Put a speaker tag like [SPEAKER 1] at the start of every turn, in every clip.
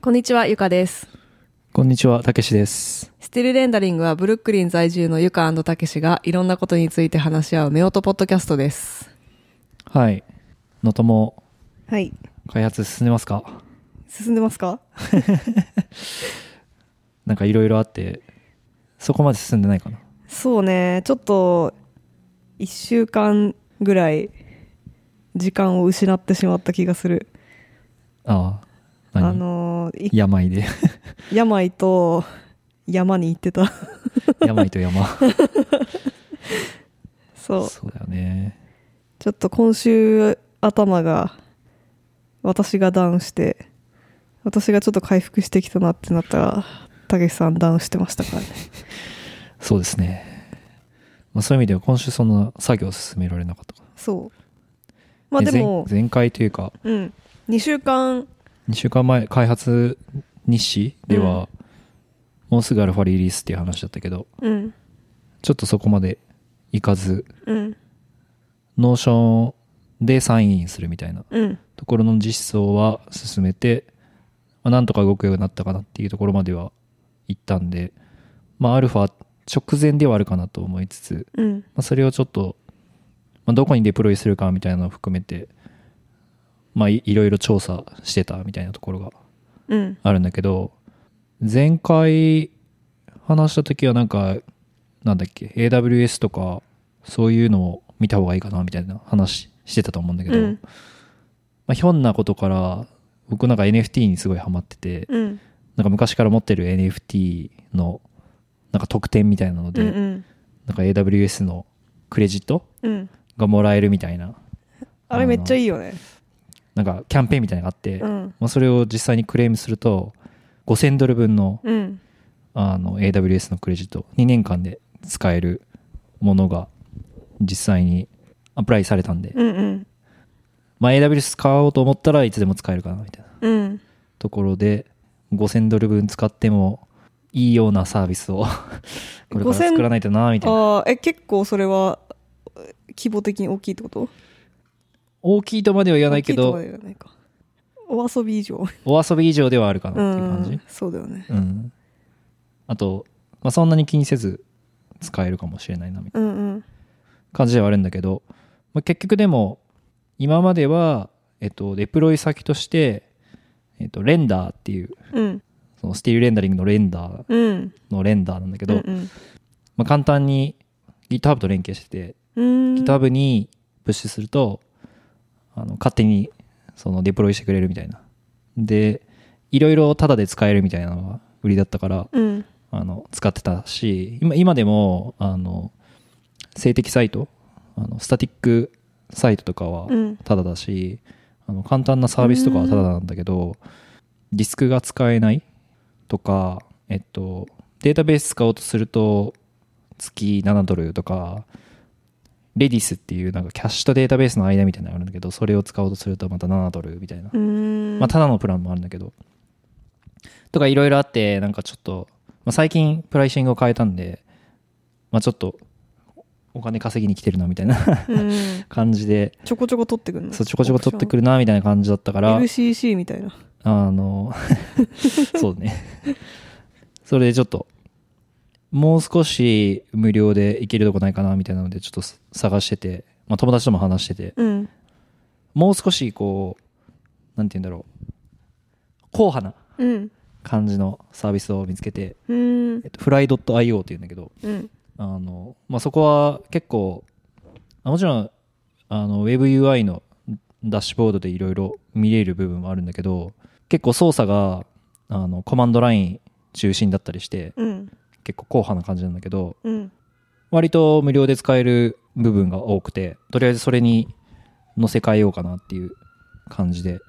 [SPEAKER 1] こんにちは、ゆかです。
[SPEAKER 2] こんにちは、たけしです。
[SPEAKER 1] スティルレンダリングはブルックリン在住のゆかたけしがいろんなことについて話し合う夫婦ポッドキャストです。
[SPEAKER 2] はい。のとも、
[SPEAKER 1] はい。
[SPEAKER 2] 開発進んでますか
[SPEAKER 1] 進んでますか
[SPEAKER 2] なんかいろいろあって、そこまで進んでないかな。
[SPEAKER 1] そうね、ちょっと、一週間ぐらい、時間を失ってしまった気がする。
[SPEAKER 2] ああ、何
[SPEAKER 1] あのー、い
[SPEAKER 2] 病で。
[SPEAKER 1] 病と山に行って た。
[SPEAKER 2] 病と山。
[SPEAKER 1] そう。
[SPEAKER 2] そうだよね。
[SPEAKER 1] ちょっと今週頭が私がダウンして私がちょっと回復してきたなってなったらたけしさんダウンしてましたからね
[SPEAKER 2] そうですね。まあ、そういう意味では今週そんな作業進められなかったかな。
[SPEAKER 1] そうまあ
[SPEAKER 2] ね
[SPEAKER 1] でも
[SPEAKER 2] 前前回というか、
[SPEAKER 1] うん2週間
[SPEAKER 2] 2週間前、開発日誌では、もうすぐアルファリリースっていう話だったけど、
[SPEAKER 1] うん
[SPEAKER 2] ちょっとそこまでいかず、
[SPEAKER 1] うん
[SPEAKER 2] ノーションでサインインするみたいな
[SPEAKER 1] うん
[SPEAKER 2] ところの実装は進めて、まあ、なんとか動くようになったかなっていうところまでは行ったんで、まあ、アルファ直前ではあるかなと思いつつ、
[SPEAKER 1] うん
[SPEAKER 2] まあ、それをちょっと、まあ、どこにデプロイするかみたいなのを含めて、まあ、いいろいろ調査してたみたいなところが
[SPEAKER 1] うん
[SPEAKER 2] あるんだけど前回話した時はなんかなんだっけ AWS とかそういうのを見た方がいいかなみたいな話してたと思うんだけど、
[SPEAKER 1] うん
[SPEAKER 2] まあ、ひょんなことから僕なんか NFT にすごいハマってて、
[SPEAKER 1] うん
[SPEAKER 2] なんか昔から持ってる NFT のなんか特典みたいなので、
[SPEAKER 1] うんうん
[SPEAKER 2] なんか AWS のクレジット
[SPEAKER 1] うん
[SPEAKER 2] がもらえるみたいな
[SPEAKER 1] あれめっちゃいいよね
[SPEAKER 2] なんかキャンペーンみたいなのがあって、
[SPEAKER 1] うん
[SPEAKER 2] まあ、それを実際にクレームすると5000ドル分の
[SPEAKER 1] うん
[SPEAKER 2] あの AWS のクレジット2年間で使えるものが実際にアプライされたんで、
[SPEAKER 1] うんうん
[SPEAKER 2] まあ、AWS 使おうと思ったらいつでも使えるかなみたいな
[SPEAKER 1] うん
[SPEAKER 2] ところで5000ドル分使ってもいいようなサービス をこれから作らないとなみたいな
[SPEAKER 1] ああえ結構それは規模的に大きいってこと
[SPEAKER 2] 大きいとまでは言わないけ
[SPEAKER 1] 大
[SPEAKER 2] ど
[SPEAKER 1] きいとは言わないかお遊び以上
[SPEAKER 2] お遊び以上ではあるか
[SPEAKER 1] う
[SPEAKER 2] なっていう感じ
[SPEAKER 1] ん、そうだよね
[SPEAKER 2] うんあと、まあ、そんなに気にせず使えるかもしれないなみたいな
[SPEAKER 1] うんうん
[SPEAKER 2] 感じではあるんだけど、まあ、結局でも今までは、えっと、デプロイ先として、えっと、レンダーっていう
[SPEAKER 1] うん
[SPEAKER 2] そのスティールレンダリングのレンダー
[SPEAKER 1] うん
[SPEAKER 2] のレンダーなんだけど、
[SPEAKER 1] うん
[SPEAKER 2] まあ、簡単に GitHub と連携してて、
[SPEAKER 1] うん
[SPEAKER 2] GitHub にプッシュするとあの勝手にそのデプロイしてくれるみたいなでいろいろタダで使えるみたいなのが売りだったから
[SPEAKER 1] うん
[SPEAKER 2] あの使ってたし今今でもあの性的サイトあのスタティックサイトとかは
[SPEAKER 1] うん
[SPEAKER 2] タダだし、あの簡単なサービスとかはタダなんだけど、ディスクが使えないとか、えっと、データベース使おうとすると月7ドルとかレディスっていうなんかキャッシュとデータベースの間みたいなのがあるんだけどそれを使おうとするとまた7ドルみたいな
[SPEAKER 1] うん
[SPEAKER 2] まあ、ただのプランもあるんだけど。とかいろいろあって、なんかちょっと、まあ、最近プライシングを変えたんで、まあちょっと、お金稼ぎに来てるなみたいな
[SPEAKER 1] うん
[SPEAKER 2] 感じで、
[SPEAKER 1] ちょこちょこ取ってくるの
[SPEAKER 2] そうちょこちょこ取ってく
[SPEAKER 1] る
[SPEAKER 2] るなみたいな感じだったから、
[SPEAKER 1] LCC みたいな
[SPEAKER 2] あ の、そうね。それでちょっと、もう少し無料で行けるとこないかなみたいなので、ちょっと探してて、まあ友達とも話してて、
[SPEAKER 1] うん
[SPEAKER 2] もう少しこう、なんて言うんだろう、硬派な
[SPEAKER 1] うん
[SPEAKER 2] 感じのサービスを見つけて、
[SPEAKER 1] うん
[SPEAKER 2] えっと、フライ .io っていうんだけど
[SPEAKER 1] うん
[SPEAKER 2] あの、まあ、そこは結構あもちろんあの WebUI のダッシュボードでいろいろ見れる部分もあるんだけど結構操作があのコマンドライン中心だったりして
[SPEAKER 1] うん
[SPEAKER 2] 結構硬派な感じなんだけど
[SPEAKER 1] うん
[SPEAKER 2] 割と無料で使える部分が多くてとりあえずそれに乗せ替えようかなっていう感じで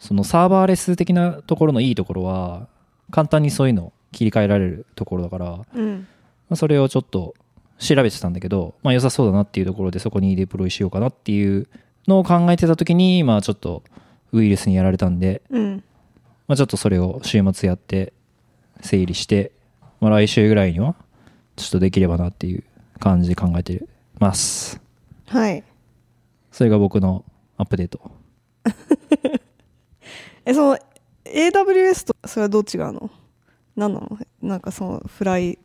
[SPEAKER 2] そのサーバーレス的なところのいいところは簡単にそういうのを切り替えられるところだから、ま
[SPEAKER 1] うん
[SPEAKER 2] あそれをちょっと調べてたんだけど、まあ、良さそうだなっていうところでそこにデプロイしようかなっていうのを考えてた時にまあちょっとウイルスにやられたんで、
[SPEAKER 1] うん
[SPEAKER 2] まあ、ちょっとそれを週末やって整理して、まあ、来週ぐらいにはちょっとできればなっていう感じで考えてます
[SPEAKER 1] はい
[SPEAKER 2] それが僕のアップデート
[SPEAKER 1] えその AWS とそれはどう違うの何なのなんかそのフライ、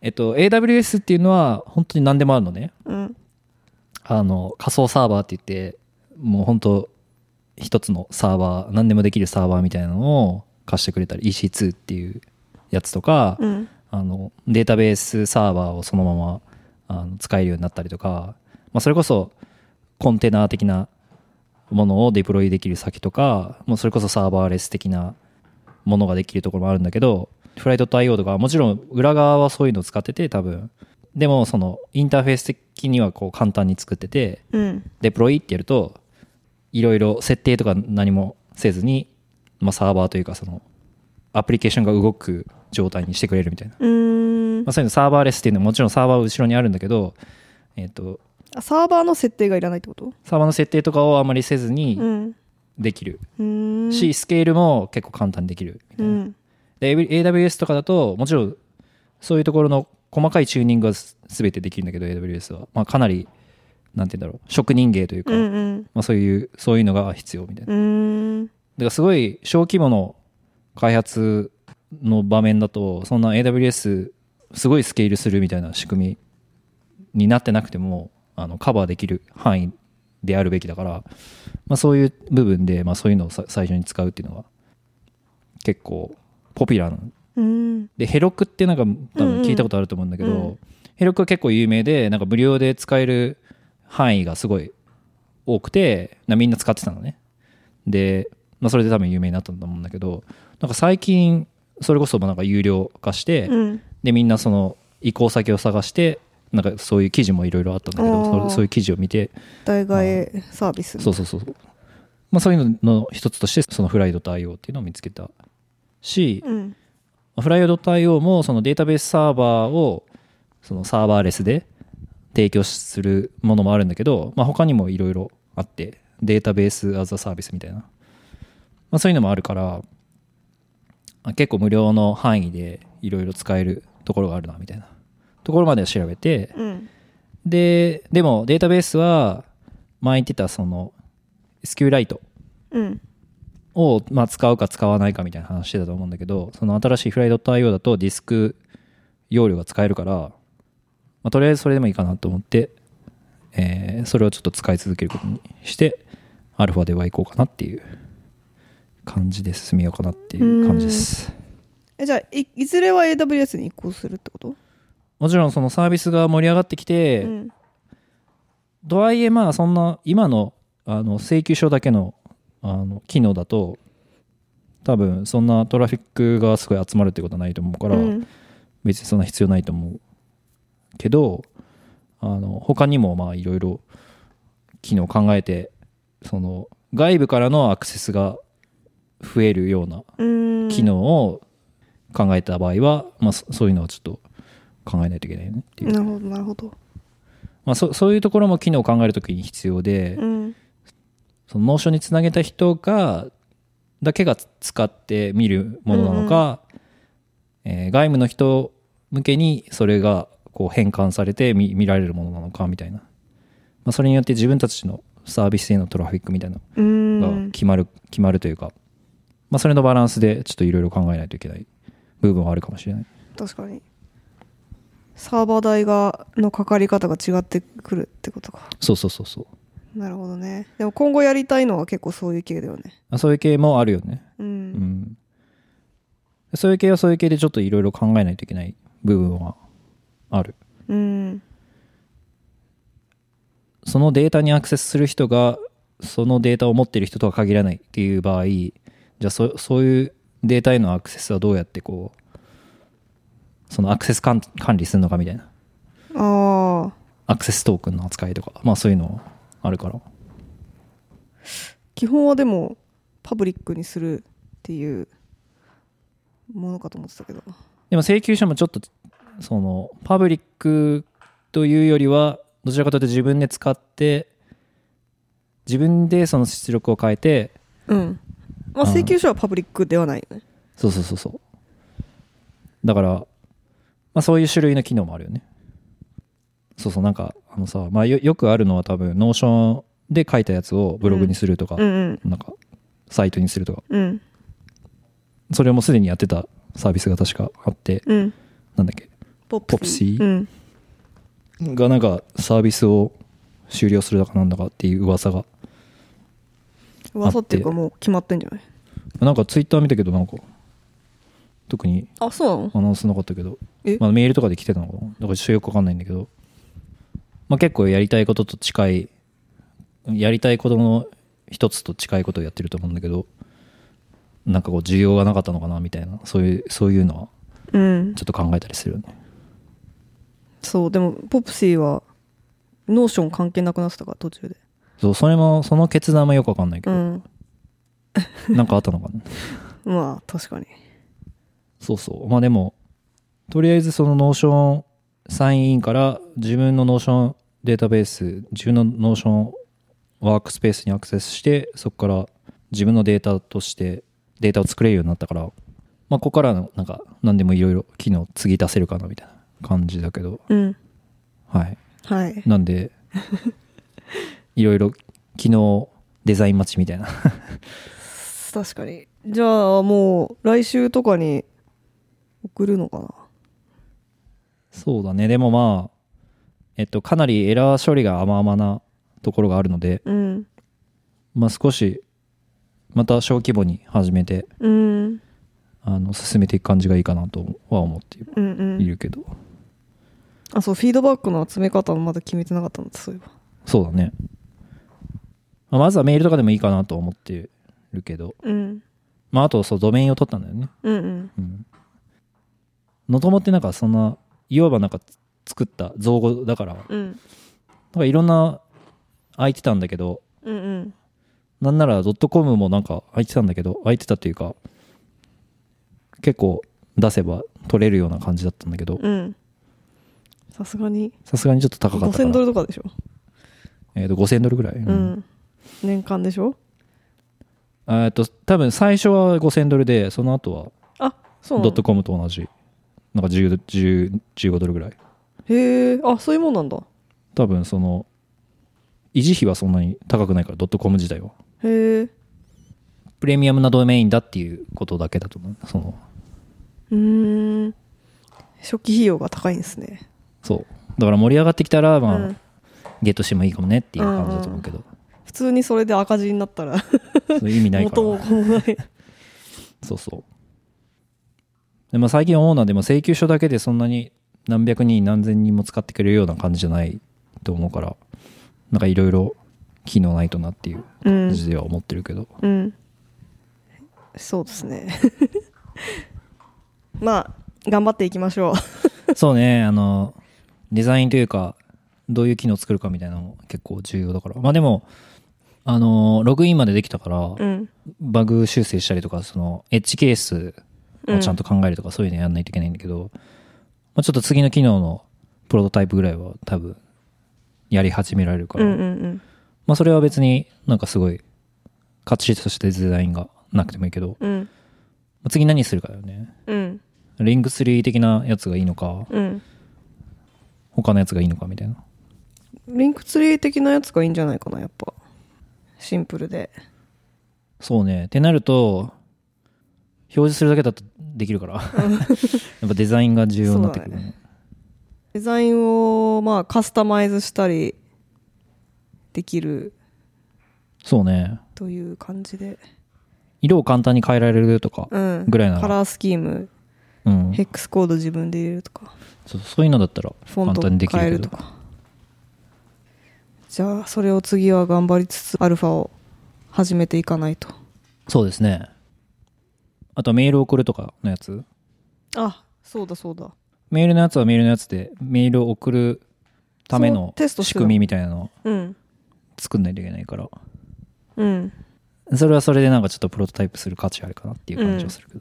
[SPEAKER 2] えっと、AWS っていうのは本当に何でもあるのね。
[SPEAKER 1] うん、
[SPEAKER 2] あの、仮想サーバーって言って、もう本当一つのサーバー、何でもできるサーバーみたいなのを貸してくれたり、EC2 っていうやつとか、
[SPEAKER 1] うん、
[SPEAKER 2] あのデータベースサーバーをそのままあの使えるようになったりとか、まあ、それこそコンテナ的なものをデプロイできる先とかもうそれこそサーバーレス的なものができるところもあるんだけどフライト .io とかはもちろん裏側はそういうのを使ってて多分でもそのインターフェース的にはこう簡単に作ってて
[SPEAKER 1] うん、
[SPEAKER 2] デプロイってやるといろいろ設定とか何もせずに、まあ、サーバーというかそのアプリケーションが動く状態にしてくれるみたいな
[SPEAKER 1] うーん
[SPEAKER 2] まあ、そういうのサーバーレスっていうのはもちろんサーバーは後ろにあるんだけど、えっと
[SPEAKER 1] あサーバーの設定がいらないってこと
[SPEAKER 2] サーバーの設定とかをあまりせず
[SPEAKER 1] う
[SPEAKER 2] に
[SPEAKER 1] んう
[SPEAKER 2] できる
[SPEAKER 1] ーん
[SPEAKER 2] し、スケールも結構簡単にできるみた
[SPEAKER 1] う
[SPEAKER 2] いな、
[SPEAKER 1] ん
[SPEAKER 2] で AWS とかだともちろんそういうところの細かいチューニングはす全てできるんだけど AWS は、まあ、かなりなんて言うんだろう職人芸というか、
[SPEAKER 1] うんうん
[SPEAKER 2] まあ、そういうそういうのが必要みたいな、だ
[SPEAKER 1] うーん
[SPEAKER 2] からすごい小規模の開発の場面だとそんな AWS すごいスケールするみたいな仕組みになってなくてもあのカバーできる範囲であるべきだから、まあ、そういう部分で、まあ、そういうのをさ最初に使うっていうのが結構ポピュラーなの
[SPEAKER 1] うん
[SPEAKER 2] でヘロクってなんか多分聞いたことあると思うんだけど、
[SPEAKER 1] うんうんうん
[SPEAKER 2] ヘロクは結構有名でなんか無料で使える範囲がすごい多くてなみんな使ってたのねで、まあ、それで多分有名になったと思うんだけどなんか最近それこそまあなんか有料化して、
[SPEAKER 1] うん
[SPEAKER 2] でみんなその移行先を探してなんかそういう記事もいろいろあったんだけ
[SPEAKER 1] あ
[SPEAKER 2] ど
[SPEAKER 1] ー
[SPEAKER 2] それそういう記事を見て
[SPEAKER 1] 代替えサービス
[SPEAKER 2] そうそうそうそう、まあ、そういうのの一つとしてそのフライドと IO っていうのを見つけたし、
[SPEAKER 1] うん
[SPEAKER 2] フライド .io もそのデータベースサーバーをそのサーバーレスで提供するものもあるんだけど、まあ、他にもいろいろあってデータベースアザサービスみたいな、まあ、そういうのもあるからあ結構無料の範囲でいろいろ使えるところがあるなみたいなところまで調べて
[SPEAKER 1] うん
[SPEAKER 2] ででもデータベースは前言ってたその SQLite
[SPEAKER 1] うん
[SPEAKER 2] を、まあ、使うか使わないかみたいな話してたと思うんだけどその新しいフライド .io だとディスク容量が使えるから、まあ、とりあえずそれでもいいかなと思って、えーそれをちょっと使い続けることにしてアルファではいこうかなっていう感じで進めようかなっていう感じです
[SPEAKER 1] えじゃあいいずれは AWS に移行するってこと
[SPEAKER 2] もちろんそのサービスが盛り上がってきて、
[SPEAKER 1] うん
[SPEAKER 2] とはいえまあそんな今のあの請求書だけのあの機能だと多分そんなトラフィックがすごい集まるってことはないと思うから、
[SPEAKER 1] うん
[SPEAKER 2] 別にそんな必要ないと思うけどあの他にもまあいろいろ機能を考えてその外部からのアクセスが増えるような
[SPEAKER 1] うん
[SPEAKER 2] 機能を考えた場合は、まあ、そそういうのはちょっと考えないといけないねっていう、
[SPEAKER 1] なるほどなるほど
[SPEAKER 2] まあ、そそういうところも機能を考えるときに必要で、
[SPEAKER 1] うん
[SPEAKER 2] そのノーションにつなげた人がだけが使って見るものなのか、えー外部の人向けにそれがこう変換されて見見られるものなのかみたいな、まあ、それによって自分たちのサービスへのトラフィックみたいな
[SPEAKER 1] う
[SPEAKER 2] のが
[SPEAKER 1] ん
[SPEAKER 2] 決まる、決まるというか、まあ、それのバランスでちょっといろいろ考えないといけない部分はあるかもしれない
[SPEAKER 1] 確かにサーバー代がのかかり方が違ってくるってことか
[SPEAKER 2] そうそうそうそう
[SPEAKER 1] なるほどねでも今後やりたいのは結構そういう系だよね
[SPEAKER 2] あそういう系もあるよね
[SPEAKER 1] う
[SPEAKER 2] うんん、そういう系はそういう系でちょっといろいろ考えないといけない部分はある
[SPEAKER 1] うん
[SPEAKER 2] そのデータにアクセスする人がそのデータを持っている人とは限らないっていう場合じゃあそそういうデータへのアクセスはどうやってこうそのアクセス管管理するのかみたいな
[SPEAKER 1] ああ
[SPEAKER 2] アクセストークンの扱いとかまあそういうのあるから
[SPEAKER 1] 基本はでもパブリックにするっていうものかと思ってたけど
[SPEAKER 2] でも請求書もちょっとそのパブリックというよりはどちらかというと自分で使って自分でその出力を変えて
[SPEAKER 1] うんまあ
[SPEAKER 2] うん
[SPEAKER 1] 請求書はパブリックではないよね
[SPEAKER 2] そうそうそうそうだから、まあ、そういう種類の機能もあるよねそうそうなんかあのさ、まあ、よよくあるのは多分ノーションで書いたやつをブログにするとか、
[SPEAKER 1] うん
[SPEAKER 2] なんかサイトにするとか
[SPEAKER 1] うん
[SPEAKER 2] それをもうすでにやってたサービスが確かあって、
[SPEAKER 1] うん。
[SPEAKER 2] なんだっけ、
[SPEAKER 1] ポ
[SPEAKER 2] ポプシー
[SPEAKER 1] うん。
[SPEAKER 2] がなんかサービスを終了するだかなんだかっていう噂が、
[SPEAKER 1] 噂っていう
[SPEAKER 2] あ
[SPEAKER 1] か
[SPEAKER 2] っ
[SPEAKER 1] もう決まってんじゃない
[SPEAKER 2] なんかツイッター見たけど、なんか、特に
[SPEAKER 1] あ、そうなの
[SPEAKER 2] アナウンスなかったけど、
[SPEAKER 1] え
[SPEAKER 2] まあ、メールとかで来てたのかなだからちょっとよくわかんないんだけど、まあ、結構やりたいことと近いやりたいことの一つと近いことをやってると思うんだけどなんかこう需要がなかったのかなみたいなそういうそういうのは
[SPEAKER 1] うん
[SPEAKER 2] ちょ。っと考えたりするよね
[SPEAKER 1] そう、でも、ポプシーは、ノーション関係なくなってたから、途中で。
[SPEAKER 2] そうそれもその決断もよくわかんないけ
[SPEAKER 1] う
[SPEAKER 2] ど、
[SPEAKER 1] ん。
[SPEAKER 2] なんかあったのかな
[SPEAKER 1] まあ、確かに。
[SPEAKER 2] そうそうまあでもとりあえずそのノーションサインインから自分のノーションデータベース自分のノーションワークスペースにアクセスしてそこから自分のデータとしてデータを作れるようになったから、まあ、ここからのなんか何でもいろいろ機能継ぎ足せるかなみたいな感じだけど
[SPEAKER 1] うん。
[SPEAKER 2] はい
[SPEAKER 1] はい。
[SPEAKER 2] なんでいろいろ機能デザイン待ちみたいな
[SPEAKER 1] 確かに。じゃあ、もう、来週とかに送るのかな
[SPEAKER 2] そうだねでもまあえっとかなりエラー処理が甘々なところがあるので
[SPEAKER 1] うん。
[SPEAKER 2] まあ、少しまた小規模に始めて
[SPEAKER 1] うん。
[SPEAKER 2] あの進めていく感じがいいかなとは思って
[SPEAKER 1] うんう
[SPEAKER 2] い
[SPEAKER 1] ん。
[SPEAKER 2] るけど、
[SPEAKER 1] あ、そう、フィードバックの集め方もまだ決めてなかったんだ、そういえば。
[SPEAKER 2] そうだね、まあまずはメールとかでもいいかなと思ってるけど、
[SPEAKER 1] うん。
[SPEAKER 2] まあ、あとそうドメインを取ったんだよね
[SPEAKER 1] うんうん。
[SPEAKER 2] うんのともってなんかそんないわばなんか作った造語だからなん
[SPEAKER 1] うん。
[SPEAKER 2] かいろんな空いてたんだけど
[SPEAKER 1] うんうん。
[SPEAKER 2] なんならドットコムもなんか空いてたんだけど空いてたっていうか結構出せば取れるような感じだったんだけど、
[SPEAKER 1] うん。さすがに。
[SPEAKER 2] さすがにちょっと高かったか
[SPEAKER 1] 5000
[SPEAKER 2] な
[SPEAKER 1] ドルとかでしょ。
[SPEAKER 2] えーと5000ドルぐらい、うん
[SPEAKER 1] うん。年間でしょ
[SPEAKER 2] えーと多分最初は5000ドルでその後は
[SPEAKER 1] あ、そう
[SPEAKER 2] ド
[SPEAKER 1] な
[SPEAKER 2] ット
[SPEAKER 1] の
[SPEAKER 2] コムと同じなんか10 10 15ドルぐらい
[SPEAKER 1] へえ、あ、そういうもんなんだ。
[SPEAKER 2] 多分その維持費はそんなに高くないからドットコム自体は
[SPEAKER 1] へえ。う
[SPEAKER 2] プレミアムなドメインだっていうことだけだと思うその
[SPEAKER 1] ーん。初期費用が高いんですね。
[SPEAKER 2] そうだから盛り上がってきたら、まあ
[SPEAKER 1] うん
[SPEAKER 2] ゲットしてもいいかもねっていう感じだと思うけど、
[SPEAKER 1] 普通にそれで赤字になったら、
[SPEAKER 2] そういう意味ないか
[SPEAKER 1] 元
[SPEAKER 2] ら
[SPEAKER 1] も子もない。
[SPEAKER 2] そうそう。でも最近思うのは、でも請求書だけでそんなに何百人何千人も使ってくれるような感じじゃないと思うから、なんかいろいろ機能ないとなっていう
[SPEAKER 1] う
[SPEAKER 2] 感
[SPEAKER 1] ん。
[SPEAKER 2] じでは思ってるけど。
[SPEAKER 1] うん。そうですね。 まあ、頑張っていきましょう。
[SPEAKER 2] そうね、あの、デザインというか、どういう機能作るかみたいなのも結構重要だから。まあでも、あの、ログインまでできたから、
[SPEAKER 1] うん。
[SPEAKER 2] バグ修正したりとか、その、エッジケースをちゃんと考えるとか、そういうのやんないといけないんだけど、まあ、ちょっと次の機能のプロトタイプぐらいは多分、やり始められるか
[SPEAKER 1] う
[SPEAKER 2] ら、
[SPEAKER 1] んうんうん。
[SPEAKER 2] まあ、それは別になんかすごい、カッチリとしてデザインがなくてもいいけど、ま
[SPEAKER 1] うん。
[SPEAKER 2] あ次何するかだよね。
[SPEAKER 1] うん。
[SPEAKER 2] リング3的なやつがいいのか、
[SPEAKER 1] うん。
[SPEAKER 2] 他のやつがいいのかみたいな。
[SPEAKER 1] リンクツリー的なやつがいいんじゃないかな、やっぱ。シンプルで。
[SPEAKER 2] そうね。ってなると、表示するだけだとできるから、 やっぱデザインが重要になってくるよね。
[SPEAKER 1] デザインを、まあ、カスタマイズしたりできる
[SPEAKER 2] そうね。
[SPEAKER 1] という感じで。
[SPEAKER 2] 色を簡単に変えられるとか、
[SPEAKER 1] うん。
[SPEAKER 2] ぐらいなら
[SPEAKER 1] カラースキーム、
[SPEAKER 2] うん、
[SPEAKER 1] ヘックスコード自分で入れるとか、
[SPEAKER 2] そうそういうのだったら
[SPEAKER 1] フォ
[SPEAKER 2] 簡
[SPEAKER 1] ント
[SPEAKER 2] 単にでき
[SPEAKER 1] 変え
[SPEAKER 2] る
[SPEAKER 1] る
[SPEAKER 2] け
[SPEAKER 1] と
[SPEAKER 2] ど
[SPEAKER 1] か。じゃあ、それを次は頑張りつつ、アルファを始めていかないと。
[SPEAKER 2] そうですねあとはメールを送るとかのやつ
[SPEAKER 1] あ、そうだそうだ。
[SPEAKER 2] メールのやつはメールのやつでメールを送るための
[SPEAKER 1] そうテストして
[SPEAKER 2] 仕
[SPEAKER 1] たの
[SPEAKER 2] 組みみたいなのを
[SPEAKER 1] うん。
[SPEAKER 2] 作んないといけないから
[SPEAKER 1] うん。
[SPEAKER 2] それはそれでなんかちょっとプロトタイプする価値あるかなっていう感じはするけど、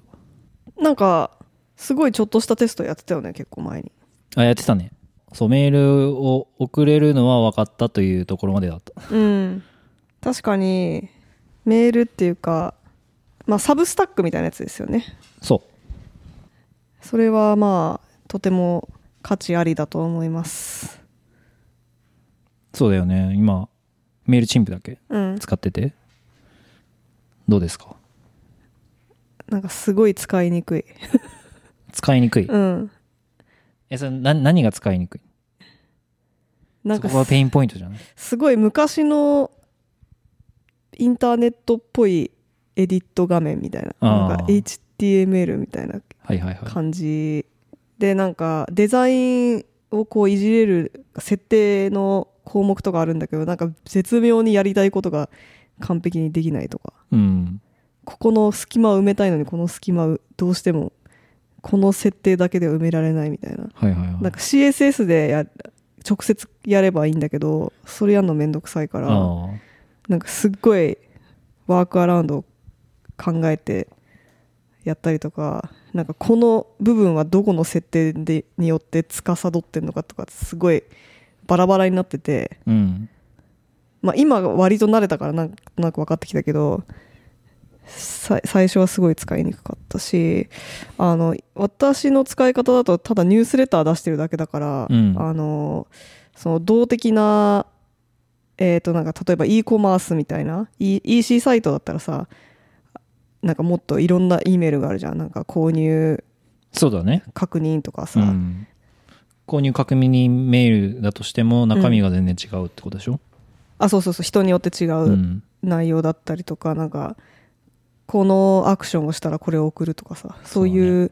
[SPEAKER 1] なんか、すごいちょっとしたテストやってたよね、結構前に。
[SPEAKER 2] あやってたねそうメールを送れるのは分かったというところまでだった
[SPEAKER 1] うん。確かに、メールっていうか、まあ、サブスタックみたいなやつですよね。
[SPEAKER 2] そ
[SPEAKER 1] それはまあ、とても価値ありだと思います。
[SPEAKER 2] うそうだよね今メールチンプだけ
[SPEAKER 1] うん。
[SPEAKER 2] 使っててどうですか
[SPEAKER 1] なんかすごい使いにくい。
[SPEAKER 2] 使いにくい。
[SPEAKER 1] うん。
[SPEAKER 2] え、それな何が使いにくい
[SPEAKER 1] なん
[SPEAKER 2] そ
[SPEAKER 1] か
[SPEAKER 2] こがペインポイントじ ゃない
[SPEAKER 1] すごい昔のインターネットっぽいエディット画面みたいな。
[SPEAKER 2] あー
[SPEAKER 1] なんか HTML みたいな
[SPEAKER 2] はいはいはい。
[SPEAKER 1] 感じでなんかデザインをこういじれる設定の項目とかあるんだけどなんか絶妙にやりたいことが完璧にできないとか
[SPEAKER 2] うん。
[SPEAKER 1] ここの隙間を埋めたいのにこの隙間をどうしてもこの設定だけでは埋められないみたいな
[SPEAKER 2] はいはいはい。
[SPEAKER 1] なんか CSS でや直接やればいいんだけどそれやるのめんどくさいか
[SPEAKER 2] あ
[SPEAKER 1] ら
[SPEAKER 2] あー。
[SPEAKER 1] なんかすっごいワークアラウンドを考えてやったりとかなんかこの部分はどこの設定でによって司ってんのかとかすごいバラバラになってて、
[SPEAKER 2] うん。
[SPEAKER 1] まあ、今割と慣れたからなんとなく分かってきたけどさ最初はすごい使いにくかったしあの私の使い方だとただニュースレター出してるだけだから、
[SPEAKER 2] うん
[SPEAKER 1] あのその動的な,、えー、となんか例えば e コマースみたいな E- EC サイトだったらさなんかもっといろんな E メールがあるじゃんなんか購入
[SPEAKER 2] そうだね。
[SPEAKER 1] 確認とか
[SPEAKER 2] う
[SPEAKER 1] さ、
[SPEAKER 2] ん。購入確認メールだとしても中身が全然違うってことでしょ
[SPEAKER 1] あそうそうそう人によって違
[SPEAKER 2] う。
[SPEAKER 1] うん内容だったりとか、なんかこのアクションをしたらこれを送るとかさそういう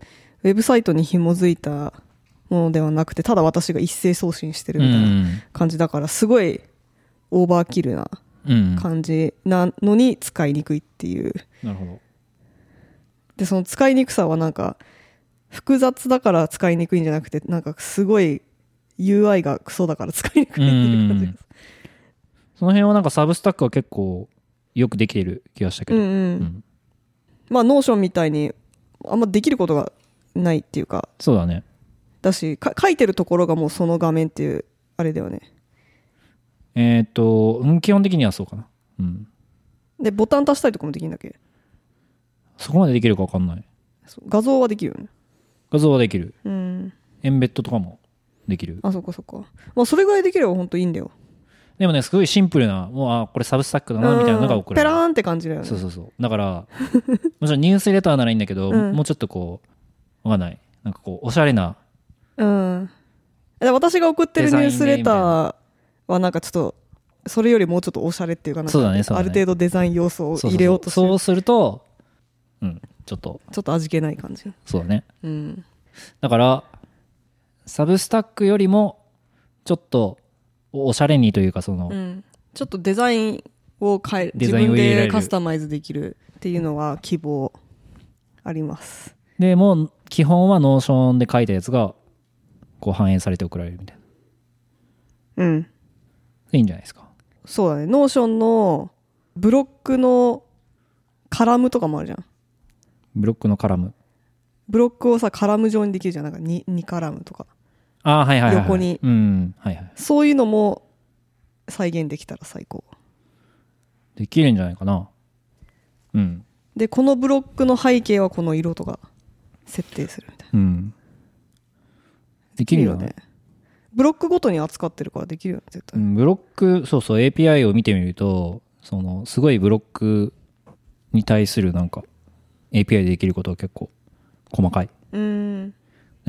[SPEAKER 1] ウェブサイトに紐づいたものではなくてただ私が一斉送信してる
[SPEAKER 2] う。
[SPEAKER 1] みたいなん感じだから、すごいオーバーキルな
[SPEAKER 2] うん。
[SPEAKER 1] 感じなのに使いにくいっていう
[SPEAKER 2] なるほど。
[SPEAKER 1] でその使いにくさはなんか複雑だから使いにくいんじゃなくてなんかすごい UI がクソだから使いにくいっていう感じです
[SPEAKER 2] その辺はなんかサブスタックは結構よくできてる気がしたけ
[SPEAKER 1] うん
[SPEAKER 2] ど。
[SPEAKER 1] うん、
[SPEAKER 2] うん
[SPEAKER 1] まあノーションみたいにあんまできることがないっていうか
[SPEAKER 2] そうだね。
[SPEAKER 1] だしか書いてるところがもうその画面っていうあれだよね
[SPEAKER 2] えっと、うん基本的にはそうかな。うん。
[SPEAKER 1] でボタン足したりとかもできるんだっけ
[SPEAKER 2] そこまでできるか分かんない。
[SPEAKER 1] そう画像はできるよね
[SPEAKER 2] 画像はできる。
[SPEAKER 1] うん
[SPEAKER 2] エンベッドとかもできる。
[SPEAKER 1] あそっかそっかまあそれぐらいできれば本当いいんだよ
[SPEAKER 2] でもね、すごいシンプルな、もう、あ、これサブスタックだな、みたいなのが
[SPEAKER 1] うんペ
[SPEAKER 2] 送られ
[SPEAKER 1] ラ
[SPEAKER 2] る。
[SPEAKER 1] ーンって感じだよね
[SPEAKER 2] そうそうそう。だから、もちろんニュースレターならいいんだけど、
[SPEAKER 1] うん
[SPEAKER 2] もうちょっとこう、わかんない。なんかこう、おしゃれな、
[SPEAKER 1] うん。で私が送ってるニュースレターはなんかちょっと、それよりもうちょっとおしゃれっていうかなんか
[SPEAKER 2] そうだねそう
[SPEAKER 1] あ
[SPEAKER 2] だ
[SPEAKER 1] る
[SPEAKER 2] ね
[SPEAKER 1] 程度デザイン要素を
[SPEAKER 2] そう
[SPEAKER 1] 入れようとして
[SPEAKER 2] そう
[SPEAKER 1] る
[SPEAKER 2] そうすると、うん、ちょっと、
[SPEAKER 1] ちょっと味気ない感じ。
[SPEAKER 2] そうだね。
[SPEAKER 1] うん。
[SPEAKER 2] だから、サブスタックよりも、ちょっと、おしゃれにというか、その、
[SPEAKER 1] うん。ちょっとデザインを変え、
[SPEAKER 2] デ
[SPEAKER 1] 自
[SPEAKER 2] ザインを
[SPEAKER 1] 分
[SPEAKER 2] 入れられ
[SPEAKER 1] で
[SPEAKER 2] る
[SPEAKER 1] カスタマイズできるっていうのは希望あります。
[SPEAKER 2] で、もう、基本はノーションで書いたやつが、こう、反映されて送られるみたいな。
[SPEAKER 1] うん。
[SPEAKER 2] いいんじゃないですか。
[SPEAKER 1] そうだね。ノーションのブロックのカラムとかもあるじゃん。
[SPEAKER 2] ブロックのカラム。
[SPEAKER 1] ブロックをさ、カラム状にできるじゃん。なんか 2, 2カラムとか。
[SPEAKER 2] あーはいはいはい、はい。
[SPEAKER 1] 横に
[SPEAKER 2] うん、はいはい。
[SPEAKER 1] そういうのも再現できたら最高。
[SPEAKER 2] できるんじゃないかな。うん。
[SPEAKER 1] でこのブロックの背景はこの色とか設定するみたいな
[SPEAKER 2] うん。できるよ
[SPEAKER 1] いい
[SPEAKER 2] ね。
[SPEAKER 1] ブロックごとに扱ってるからできるよね絶
[SPEAKER 2] う
[SPEAKER 1] 対
[SPEAKER 2] ん、ブロック、そうそう、API を見てみると、その、すごいブロックに対するなんか、API でできることは結構細かい。
[SPEAKER 1] うん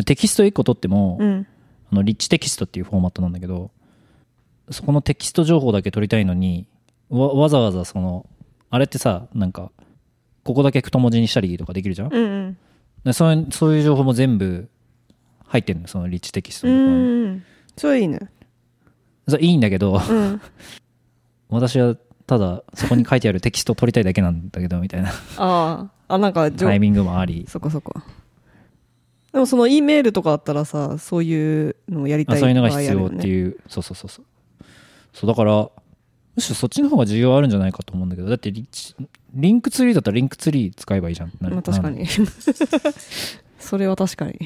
[SPEAKER 2] テキスト1個取っても、
[SPEAKER 1] うん
[SPEAKER 2] あのリッチテキストっていうフォーマットなんだけど、そこのテキスト情報だけ取りたいのに、わわざわざその、あれってさ、なんか、ここだけ太文字にしたりとかできるじゃん
[SPEAKER 1] うんうん
[SPEAKER 2] でそういうそういう情報も全部入ってるのよそのリッチテキスト
[SPEAKER 1] う
[SPEAKER 2] のところに
[SPEAKER 1] んそれいいね
[SPEAKER 2] それいいんだけど
[SPEAKER 1] うん
[SPEAKER 2] 私はただそこに書いてあるテキストを取りたいだけなんだけど みたいな
[SPEAKER 1] あああなんかじょ
[SPEAKER 2] タイミングもあり
[SPEAKER 1] そこそこでもその E メールとかあったらさそういうのをやり
[SPEAKER 2] あ
[SPEAKER 1] たい
[SPEAKER 2] そういうのが必要
[SPEAKER 1] 場合あ
[SPEAKER 2] っ
[SPEAKER 1] るよね
[SPEAKER 2] ていう、そうそうそうそうそうだからむしろそっちの方が需要あるんじゃないかと思うんだけどだってリッチリンクツリーだったらリンクツリー使えばいいじゃんってなる
[SPEAKER 1] まあ確か
[SPEAKER 2] な
[SPEAKER 1] にそれは確かに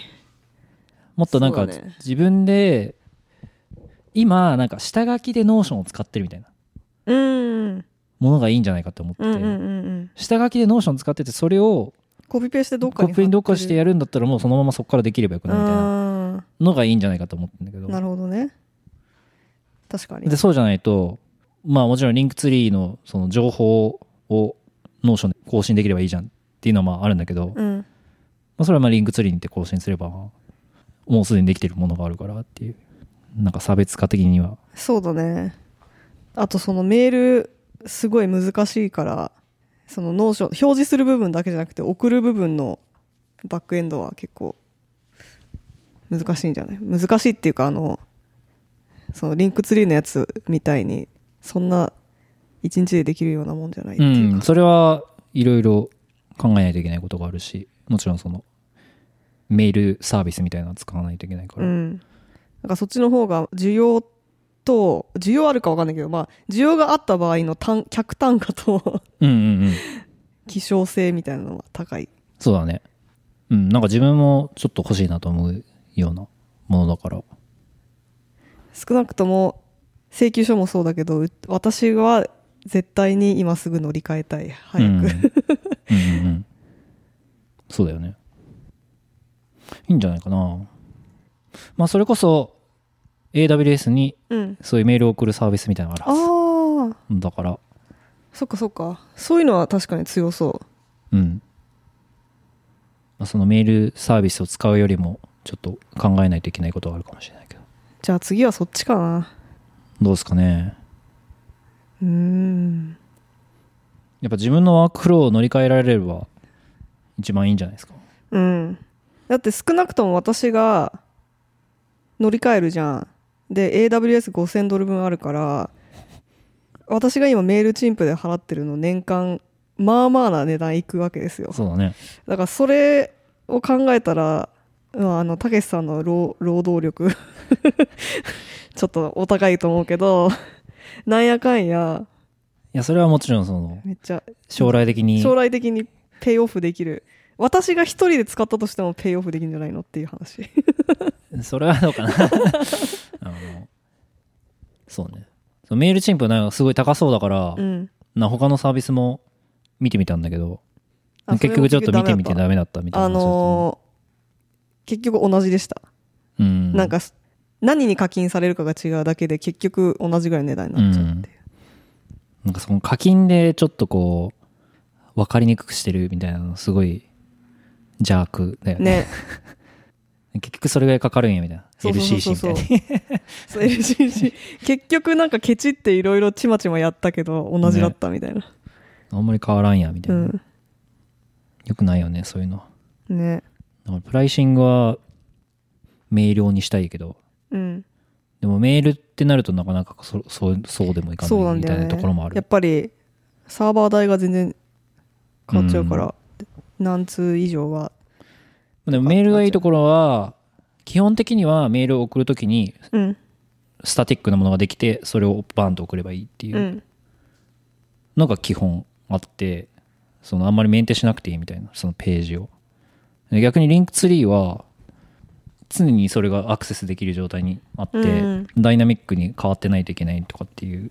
[SPEAKER 2] もっとなんか、
[SPEAKER 1] そうだね
[SPEAKER 2] 自分で今なんか下書きでノーションを使ってるみたいな
[SPEAKER 1] うん
[SPEAKER 2] ものがいいんじゃないかと思って、
[SPEAKER 1] うんうんうんうん
[SPEAKER 2] 下書きでノーション使っててそれを
[SPEAKER 1] コピペしてどっか
[SPEAKER 2] コ
[SPEAKER 1] に
[SPEAKER 2] ピペにどっかして
[SPEAKER 1] や
[SPEAKER 2] やるんだったらもうそのままそこからできればよくなるみたいな
[SPEAKER 1] ああ
[SPEAKER 2] のがいいんじゃないかと思ってんだけど
[SPEAKER 1] なるほどね確かに
[SPEAKER 2] でそうじゃないとまあもちろんリンクツリーのその情報をノーションで更新できればいいじゃんっっていうのはまああるんだけど、ま
[SPEAKER 1] うん
[SPEAKER 2] あ、それはまあリンクツリーに行って更新すればもうすでにできてるものがあるからっていうなんか差別化的には
[SPEAKER 1] そうだねあとそのメールすごい難しいからそのノーション表示する部分だけじゃなくて送る部分のバックエンドは結構難しいんじゃない難しいっていうかあのそのリンクツリーのやつみたいにそんな一日でできるようなもんじゃないって
[SPEAKER 2] う
[SPEAKER 1] いうか、
[SPEAKER 2] んそれはいろいろ考えないといけないことがあるしもちろんそのメールサービスみたいなのは使わないといけないか
[SPEAKER 1] う
[SPEAKER 2] ら、
[SPEAKER 1] ん、なんかそっちの方が需要と需要あるか分かんないけど、まあ、需要があった場合の単客単価と
[SPEAKER 2] うんうんうん
[SPEAKER 1] 希少性みたいなのは高い、
[SPEAKER 2] そうだねうんなんか自分もちょっと欲しいなと思うようなものだから
[SPEAKER 1] 少なくとも請求書もそうだけどう私は絶対に今すぐ乗り換えたい早く、
[SPEAKER 2] うん、うんうんうんそうだよねいいんじゃないかなまあそれこそ AWS に
[SPEAKER 1] うん、
[SPEAKER 2] そういうメールを送るサービスみたいなのがあるは
[SPEAKER 1] ああ
[SPEAKER 2] ずだから
[SPEAKER 1] そっかそっかそういうのは確かに強そう
[SPEAKER 2] うん、まあ、そのメールサービスを使うよりもちょっと考えないといけないことはあるかもしれないけど
[SPEAKER 1] じゃあ次はそっちかな
[SPEAKER 2] どうですかね
[SPEAKER 1] うーん
[SPEAKER 2] やっぱ自分のワークフローを乗り換えられれば一番いいんじゃないですか
[SPEAKER 1] うんだって少なくとも私が乗り換えるじゃんで AWS5000 ドル分あるから私が今メールチンプで払ってるの年間まあまあな値段いくわけですよ
[SPEAKER 2] そうだね
[SPEAKER 1] だからそれを考えたら、まあ、あの、たけしさんの労労働力、 ちょっとお高いと思うけど、なんやかんや、
[SPEAKER 2] いやそれはもちろんその
[SPEAKER 1] めっちゃ
[SPEAKER 2] 将来的に
[SPEAKER 1] 将来的にペイオフできる。私が一人で使ったとしてもペイオフできるんじゃないのっていう話。
[SPEAKER 2] それはどうか なあのそうねそのメールチンプなんかすごい高そうだから、
[SPEAKER 1] うん。
[SPEAKER 2] な他のサービスも見てみたんだけど
[SPEAKER 1] あ
[SPEAKER 2] 結局ちょっと見てみて
[SPEAKER 1] それも結局ダメだっ
[SPEAKER 2] ダメだったみた
[SPEAKER 1] た
[SPEAKER 2] い
[SPEAKER 1] あ
[SPEAKER 2] な話だったね
[SPEAKER 1] のー結局同じでした。
[SPEAKER 2] うん、
[SPEAKER 1] なんか、何に課金されるかが違うだけで結局同じぐらいの値段になっちゃうっていう。
[SPEAKER 2] なんかその課金でちょっとこう分かりにくくしてるみたいなのすごい邪悪だよね
[SPEAKER 1] ね。
[SPEAKER 2] 結局それぐらいかかるんやみたいな
[SPEAKER 1] そうそうそう
[SPEAKER 2] LCC
[SPEAKER 1] そう
[SPEAKER 2] みたいに
[SPEAKER 1] そう LCC 結局なんかケチっていろいろちまちまやったけど同じだったみたいな、
[SPEAKER 2] あんまり変わらんやみた
[SPEAKER 1] う
[SPEAKER 2] いな、
[SPEAKER 1] ん
[SPEAKER 2] よくないよねそういうの
[SPEAKER 1] ね
[SPEAKER 2] だからプライシングは明瞭にしたいけど
[SPEAKER 1] うん
[SPEAKER 2] でもメールってなるとなかなかそそうそうでもいか
[SPEAKER 1] そう
[SPEAKER 2] な
[SPEAKER 1] ないん
[SPEAKER 2] み
[SPEAKER 1] だ
[SPEAKER 2] た
[SPEAKER 1] よ
[SPEAKER 2] いな
[SPEAKER 1] ね
[SPEAKER 2] ところもある
[SPEAKER 1] やっぱりサーバー代が全然変わっちゃうから、何通以上は
[SPEAKER 2] でもメールがいいところは基本的にはメールを送るときに
[SPEAKER 1] うん
[SPEAKER 2] スタティックなものができてそれをバンと送ればいいっていううんのが基本あってそのあんまりメンテしなくていいみたいなそのページをで逆にリンクツリーは常にそれがアクセスできる状態にあって、
[SPEAKER 1] うん
[SPEAKER 2] ダイナミックに変わってないといけないとかっていう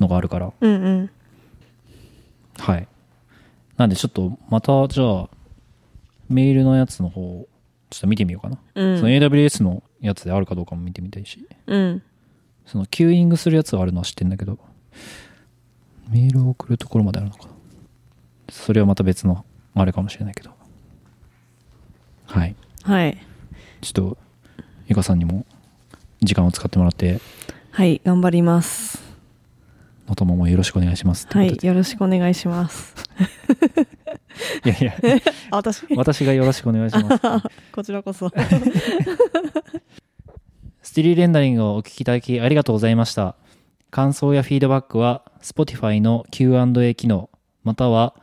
[SPEAKER 2] のがあるから
[SPEAKER 1] うんうん
[SPEAKER 2] はいなんでちょっとまたじゃあメールのやつの方をちょっと見てみようかな、
[SPEAKER 1] うん
[SPEAKER 2] その AWS のやつであるかどうかも見てみたいし
[SPEAKER 1] うん
[SPEAKER 2] そのキューイングするやつはあるのは知ってんだけど、メールを送るところまであるのかな。それはまた別の、あれかもしれないけど。はい。
[SPEAKER 1] はい
[SPEAKER 2] ちょっと、ゆかさんにも時間を使ってもらって、
[SPEAKER 1] はい頑張ります
[SPEAKER 2] のとももよろしくお願いします。
[SPEAKER 1] はい
[SPEAKER 2] とい
[SPEAKER 1] よ
[SPEAKER 2] う
[SPEAKER 1] ろしくお願いします
[SPEAKER 2] ことでいやいや、
[SPEAKER 1] あ私
[SPEAKER 2] 私がよろしくお願いします。
[SPEAKER 1] こちらこ そ
[SPEAKER 2] スティリーレンダリングをお聞きいただきありがとうございました。感想やフィードバックは Spotify の Q&A 機能、または、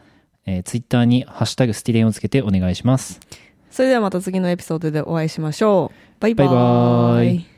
[SPEAKER 2] えー Twitter にハッシュタグスティレンをつけてお願いします。
[SPEAKER 1] それではまた次のエピソードでお会いしましょうバイバ
[SPEAKER 2] バイバ
[SPEAKER 1] ー
[SPEAKER 2] ー
[SPEAKER 1] イ
[SPEAKER 2] イ